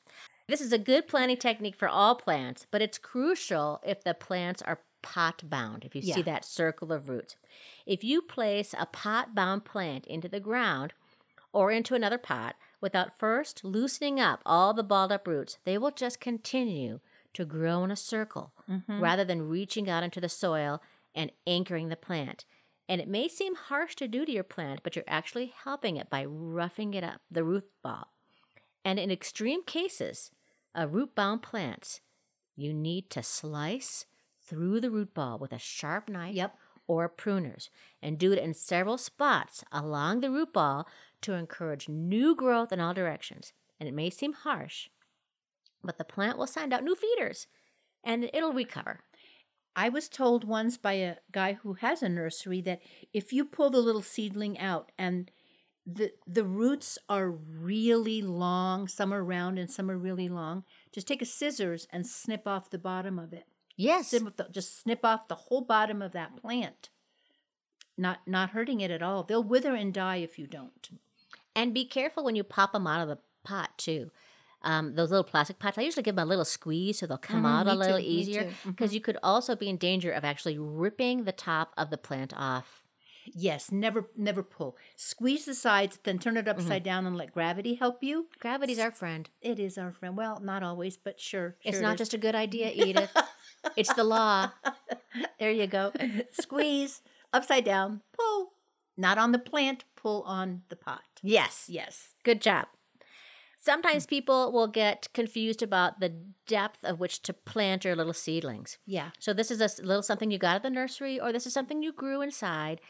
Speaker 2: This is a good planting technique for all plants, but it's crucial if the plants are pot bound, if you
Speaker 1: Yeah.
Speaker 2: see that circle of roots. If you place a pot bound plant into the ground or into another pot without first loosening up all the balled up roots, they will just continue to grow in a circle rather than reaching out into the soil and anchoring the plant. And it may seem harsh to do to your plant, but you're actually helping it by roughing it up, the root ball. And in extreme cases of root bound plants, you need to slice through the root ball with a sharp knife
Speaker 1: Yep.
Speaker 2: or pruners and do it in several spots along the root ball to encourage new growth in all directions. And it may seem harsh, but the plant will send out new feeders and it'll recover.
Speaker 1: I was told once by a guy who has a nursery that if you pull the little seedling out and the the roots are really long, some are round and some are really long, just take a scissors and snip off the bottom of it.
Speaker 2: Yes.
Speaker 1: Snip off the, just snip off the whole bottom of that plant. Not not hurting it at all. They'll wither and die if you don't.
Speaker 2: And be careful when you pop them out of the pot too. Um, those little plastic pots. I usually give them a little squeeze so they'll come
Speaker 1: Mhm,
Speaker 2: out a
Speaker 1: me
Speaker 2: little
Speaker 1: too, me
Speaker 2: easier.
Speaker 1: too. mm-hmm.
Speaker 2: Because you could also be in danger of actually ripping the top of the plant off.
Speaker 1: Yes, never never pull. Squeeze the sides, then turn it upside
Speaker 2: Mm-hmm.
Speaker 1: down and let gravity help you.
Speaker 2: Gravity's our friend.
Speaker 1: It is our friend. Well, not always, but sure.
Speaker 2: It's
Speaker 1: sure it
Speaker 2: not
Speaker 1: is.
Speaker 2: just a good idea, Edith. it's the law.
Speaker 1: There you go. Squeeze upside down. Pull. Not on the plant, pull on the pot.
Speaker 2: Yes.
Speaker 1: Yes. Mm.
Speaker 2: Good job. Sometimes people will get confused about the depth of which to plant your little seedlings.
Speaker 1: Yeah.
Speaker 2: So this is a s- little something you got at the nursery, or this is something you grew inside.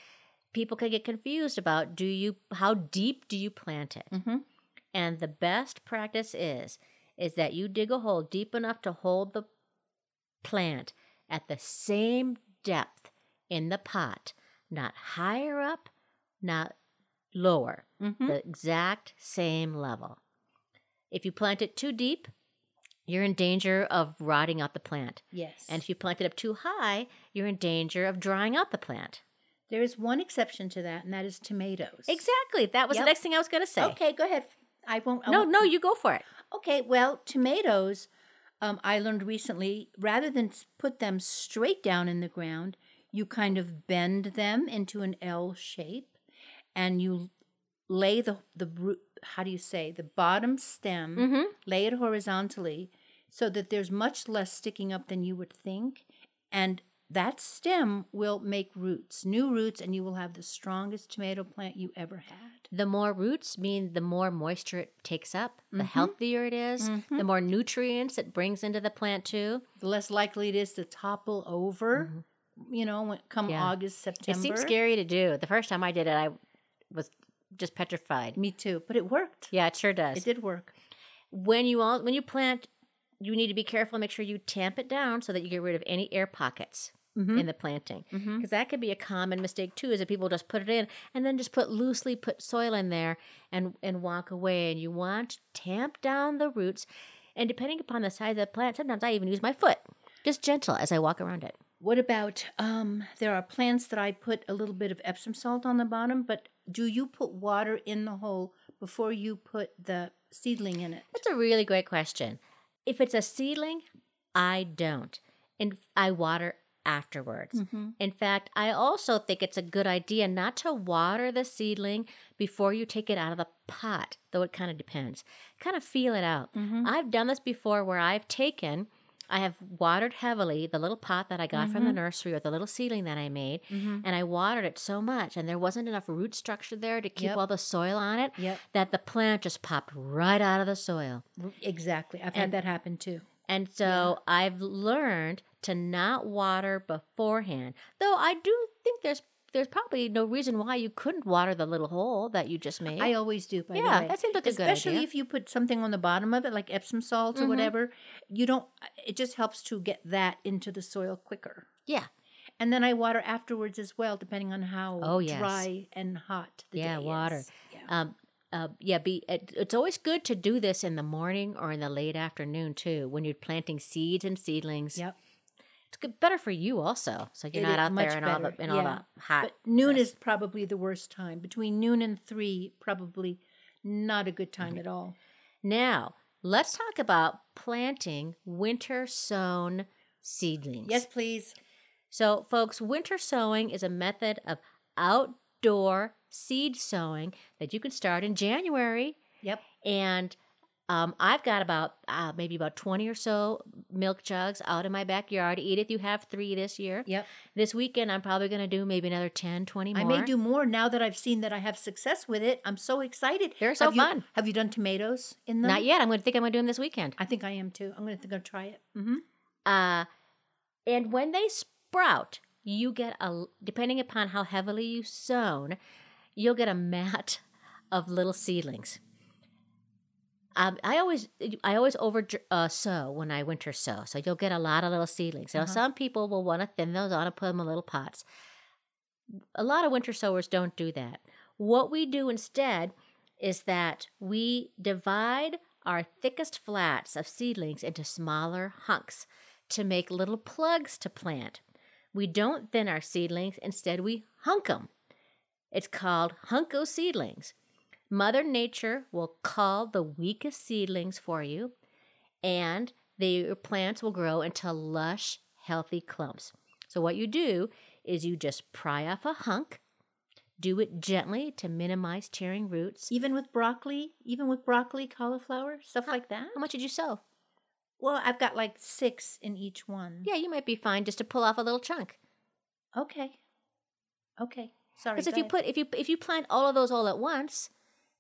Speaker 2: People can get confused about do you how deep do you plant it?
Speaker 1: Mhm.
Speaker 2: And the best practice is is that you dig a hole deep enough to hold the plant at the same depth in the pot, not higher up, not lower,
Speaker 1: Mhm.
Speaker 2: the exact same level. If you plant it too deep, you're in danger of rotting out the plant.
Speaker 1: Yes.
Speaker 2: And if you plant it up too high, you're in danger of drying out the plant.
Speaker 1: there is one exception to that, and that is tomatoes.
Speaker 2: Exactly. That was
Speaker 1: Yep.
Speaker 2: the next thing I was going to say.
Speaker 1: Okay, go ahead. I won't. I
Speaker 2: No,
Speaker 1: won't-
Speaker 2: no, you go for it.
Speaker 1: Okay, well, tomatoes, um, I learned recently, rather than s- put them straight down in the ground, you kind of bend them into an L shape and you lay the, the root, how do you say, the bottom stem,
Speaker 2: Mhm.
Speaker 1: lay it horizontally so that there's much less sticking up than you would think. And that stem will make roots, new roots, and you will have the strongest tomato plant you ever had.
Speaker 2: The more roots mean the more moisture it takes up, the healthier it is, the more nutrients it brings into the plant, too.
Speaker 1: the less likely it is to topple over. You know, when, come
Speaker 2: Mm-hmm. Yeah.
Speaker 1: August, September.
Speaker 2: It seems scary to do. The first time I did it, I was just petrified.
Speaker 1: Me too, but it worked.
Speaker 2: Yeah, it sure does.
Speaker 1: It did work.
Speaker 2: When you all when you plant, you need to be careful and make sure you tamp it down so that you get rid of any air pockets in the planting. Because that could be a common mistake too, is that people just put it in and then just put loosely put soil in there and and walk away. And you want to tamp down the roots. And depending upon the size of the plant, sometimes I even use my foot. Just gentle as I walk around it.
Speaker 1: What about um there are plants that I put a little bit of Epsom salt on the bottom, but do you put water in the hole before you put the seedling in it?
Speaker 2: That's a really great question. If it's a seedling, I don't. And I water afterwards.
Speaker 1: Mm-hmm.
Speaker 2: In fact, I also think it's a good idea not to water the seedling before you take it out of the pot, though it kind of depends. Kind of feel it out.
Speaker 1: Mm-hmm.
Speaker 2: I've done this before where I've taken, I have watered heavily the little pot that I got from the
Speaker 1: Mm-hmm.
Speaker 2: nursery or the little seedling that I made, and I watered it so much, and there wasn't enough root structure there to keep
Speaker 1: Yep.
Speaker 2: all the soil on it
Speaker 1: Yep.
Speaker 2: that the plant just popped right out of the soil.
Speaker 1: Exactly. I've had
Speaker 2: Mm-hmm. And-
Speaker 1: that happen too.
Speaker 2: And so I've learned to not water beforehand. Though I do think there's there's probably no reason why you couldn't water the little hole that you just made.
Speaker 1: I always do. By
Speaker 2: Yeah,
Speaker 1: the way.
Speaker 2: that seems like a good
Speaker 1: especially
Speaker 2: idea. Mm-hmm.
Speaker 1: if you put something on the bottom of it, like Epsom salt or whatever. You don't. It just helps to get that into the soil quicker.
Speaker 2: yeah.
Speaker 1: And then I water afterwards as well, depending on how
Speaker 2: Oh, yes.
Speaker 1: dry and hot the
Speaker 2: Yeah,
Speaker 1: day
Speaker 2: water.
Speaker 1: is. Yeah.
Speaker 2: Um uh, yeah, be it, it's always good to do this in the morning or in the late afternoon too, when you're planting seeds and seedlings.
Speaker 1: Yep.
Speaker 2: It's good, better for you also, so you're
Speaker 1: It
Speaker 2: not
Speaker 1: is
Speaker 2: out
Speaker 1: much
Speaker 2: there in all
Speaker 1: better,
Speaker 2: the in
Speaker 1: yeah.
Speaker 2: all the hot.
Speaker 1: But noon is probably the worst time. Between noon and three, probably not a good time at all.
Speaker 2: Now, let's talk about planting winter sown seedlings.
Speaker 1: Yes, please.
Speaker 2: So, folks, winter sowing is a method of outdoor seed sowing that you can start in January.
Speaker 1: Yep.
Speaker 2: And um, I've got about uh, maybe about 20 or so milk jugs out in my backyard. Edith, you have three this year.
Speaker 1: Yep.
Speaker 2: This weekend, I'm probably going to do maybe another 10, 20 more.
Speaker 1: I may do more now that I've seen that I have success with it. I'm so excited.
Speaker 2: They're so
Speaker 1: Have you-
Speaker 2: fun.
Speaker 1: Have you done tomatoes in them?
Speaker 2: Not yet. I'm going to think I'm going to do them this weekend.
Speaker 1: I think I am too. I'm going to think I'll try it. hmm
Speaker 2: Uh, and when they sprout, you get a depending upon how heavily you sown, you'll get a mat of little seedlings. Um, I always I always over uh, sow when I winter sow, so you'll get a lot of little seedlings. Now some people will want to thin those out and put them in little pots. A lot of winter sowers don't do that. What we do instead is that we divide our thickest flats of seedlings into smaller hunks to make little plugs to plant. We don't thin our seedlings, instead, we hunk them. It's called hunko seedlings. Mother Nature will cull the weakest seedlings for you, and the your plants will grow into lush, healthy clumps. So, what you do is you just pry off a hunk, do it gently to minimize tearing roots.
Speaker 1: Even with broccoli, even with broccoli, cauliflower, stuff like that.
Speaker 2: How much did you sow?
Speaker 1: Well, I've got like six in each one.
Speaker 2: Yeah, you might be fine just to pull off a little chunk.
Speaker 1: Okay. Okay. Sorry.
Speaker 2: Because if
Speaker 1: go
Speaker 2: you
Speaker 1: ahead.
Speaker 2: put if you if you plant all of those all at once,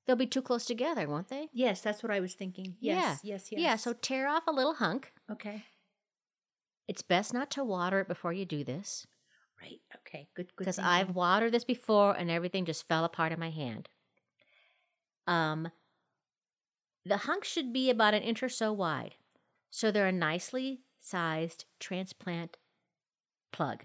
Speaker 2: They'll be too close together, won't they?
Speaker 1: Yes, that's what I was thinking. Yes,
Speaker 2: yeah.
Speaker 1: yes, yes.
Speaker 2: Yeah, so tear off a little hunk.
Speaker 1: okay,
Speaker 2: It's best not to water it before you do this
Speaker 1: right. Okay, good. Good.
Speaker 2: because
Speaker 1: thing.
Speaker 2: I've watered this before and everything just fell apart in my hand. Um, the hunk should be about an inch or so wide, so they're a nicely sized transplant plug.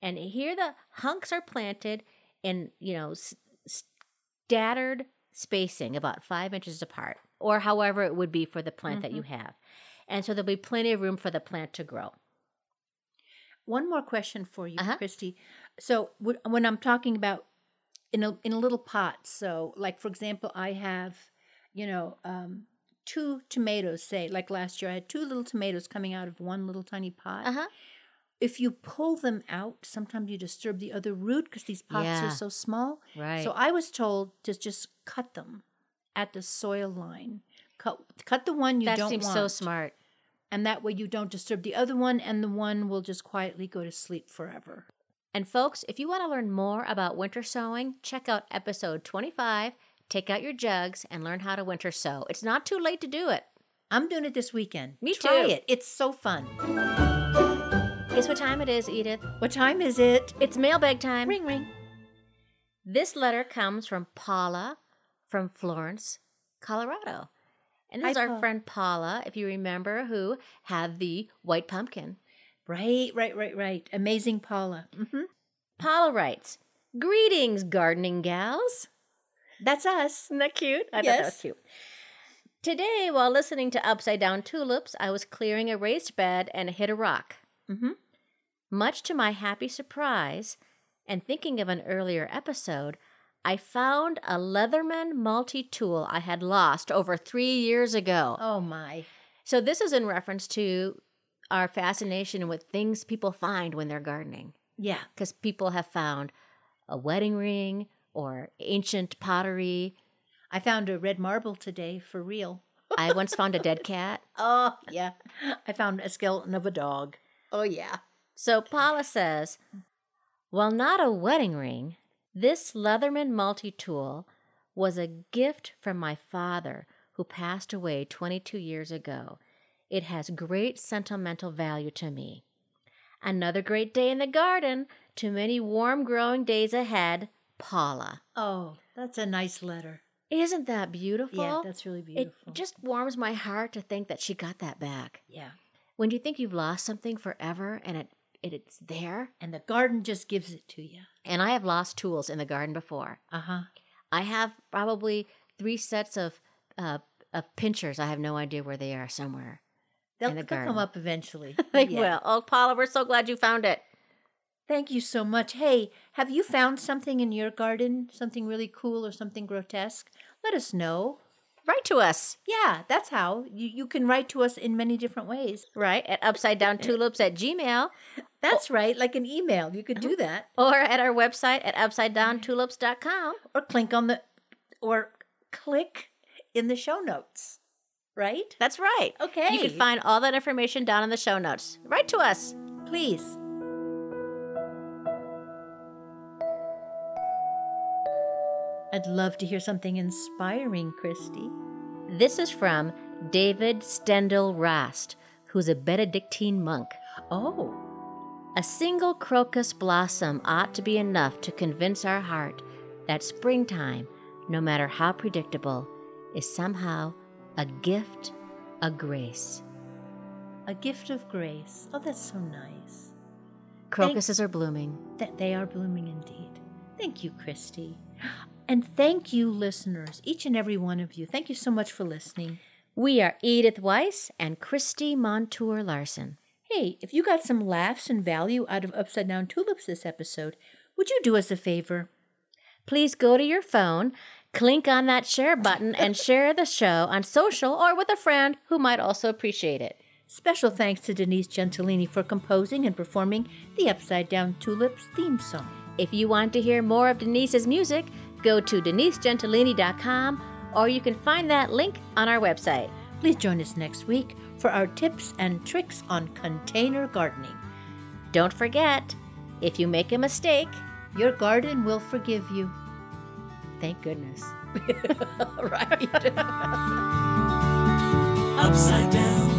Speaker 2: And here the hunks are planted in you know s- scattered spacing about five inches apart, or however it would be for the plant that
Speaker 1: Mm-hmm.
Speaker 2: you have. And so there'll be plenty of room for the plant to grow.
Speaker 1: One more question for you,
Speaker 2: Uh-huh.
Speaker 1: Christy. So wh- when I'm talking about in a in a little pot, so like for example, I have, you know, um, two tomatoes. Say like last year, I had two little tomatoes coming out of one little tiny pot.
Speaker 2: Uh huh.
Speaker 1: If you pull them out, sometimes you disturb the other root because these pots
Speaker 2: Yeah.
Speaker 1: are so small.
Speaker 2: Right.
Speaker 1: So I was told to just cut them at the soil line. Cut cut the one you
Speaker 2: that
Speaker 1: don't
Speaker 2: seems
Speaker 1: want
Speaker 2: so smart.
Speaker 1: and that way you don't disturb the other one and the one will just quietly go to sleep forever
Speaker 2: And folks, if you want to learn more about winter sewing, check out episode 25, Take Out Your Jugs and Learn How to Winter Sew. It's not too late to do it.
Speaker 1: i'm doing it this weekend
Speaker 2: Me
Speaker 1: try
Speaker 2: too.
Speaker 1: it it's so fun
Speaker 2: Guess what time it is, Edith?
Speaker 1: what time is it
Speaker 2: It's mailbag time.
Speaker 1: ring ring
Speaker 2: This letter comes from Paula from Florence, Colorado. And this
Speaker 1: Hi,
Speaker 2: is our
Speaker 1: Paul.
Speaker 2: friend Paula, if you remember, who had the white pumpkin.
Speaker 1: right right right right amazing paula hmm
Speaker 2: Paula writes, Greetings, gardening gals.
Speaker 1: that's us
Speaker 2: Isn't that cute? I thought that was
Speaker 1: Yes.
Speaker 2: cute. Today, while listening to Upside Down Tulips, I was clearing a raised bed and hit a rock.
Speaker 1: Mhm.
Speaker 2: Much to my happy surprise, and thinking of an earlier episode, I found a Leatherman multi tool I had lost over three years ago.
Speaker 1: oh my
Speaker 2: So, this is in reference to our fascination with things people find when they're gardening
Speaker 1: yeah
Speaker 2: because people have found a wedding ring or ancient pottery.
Speaker 1: i found a red marble today for real
Speaker 2: I once found a dead cat.
Speaker 1: oh yeah i found a skeleton of a dog oh yeah
Speaker 2: So Paula says, while not a wedding ring, this Leatherman multi tool was a gift from my father who passed away 22 years ago. It has great sentimental value to me. Another great day in the garden, to many warm growing days ahead, Paula.
Speaker 1: oh that's a nice letter
Speaker 2: Isn't that beautiful?
Speaker 1: yeah that's really beautiful
Speaker 2: It just warms my heart to think that she got that back.
Speaker 1: yeah
Speaker 2: When you think you've lost something forever and it, it it's there,
Speaker 1: and the garden just gives it to you
Speaker 2: and I have lost tools in the garden before.
Speaker 1: uh-huh
Speaker 2: I have probably three sets of uh, of pinchers. I have no idea where they are. Somewhere
Speaker 1: they'll,
Speaker 2: the
Speaker 1: they'll
Speaker 2: garden.
Speaker 1: come up evenally
Speaker 2: they
Speaker 1: Yeah.
Speaker 2: will. Oh, Paula, we're so glad you found it.
Speaker 1: Thank you so much. Hey, have you found something in your garden, something really cool or something grotesque? Let us know.
Speaker 2: Write to us,
Speaker 1: Yeah, that's how. You, you can write to us in many different ways.
Speaker 2: right at upside down tulips at Gmail
Speaker 1: That's right, like an email. You could do that.
Speaker 2: or at our website at upside down tulips.com.
Speaker 1: Or click on the, or click in the show notes, right?
Speaker 2: That's right.
Speaker 1: Okay.
Speaker 2: You can find all that information down in the show notes. Write to us.
Speaker 1: Please. I'd love to hear something inspiring, Christy.
Speaker 2: This is from David Stendel Rast, who's a Benedictine monk.
Speaker 1: Oh.
Speaker 2: A single crocus blossom ought to be enough to convince our heart that springtime, no matter how predictable, is somehow a gift, a grace.
Speaker 1: A gift of grace. Oh, that's so nice.
Speaker 2: Crocuses are blooming.
Speaker 1: That they are blooming indeed. Thank you, Christy. And thank you, listeners, each and every one of you. Thank you so much for listening.
Speaker 2: We are Edith Weiss and Christy Montour Larson.
Speaker 1: Hey, if you got some laughs and value out of Upside Down Tulips this episode, would you do us a favor?
Speaker 2: Please go to your phone, clink on that share button, and share the show on social or with a friend who might also appreciate it.
Speaker 1: Special thanks to Denise Gentilini for composing and performing the Upside Down Tulips theme song.
Speaker 2: If you want to hear more of Denise's music, go to denisegentilini.com or you can find that link on our website.
Speaker 1: Please join us next week for our tips and tricks on container gardening.
Speaker 2: Don't forget, if you make a mistake,
Speaker 1: Your garden will forgive you.
Speaker 2: thank goodness.
Speaker 4: right.
Speaker 1: upside down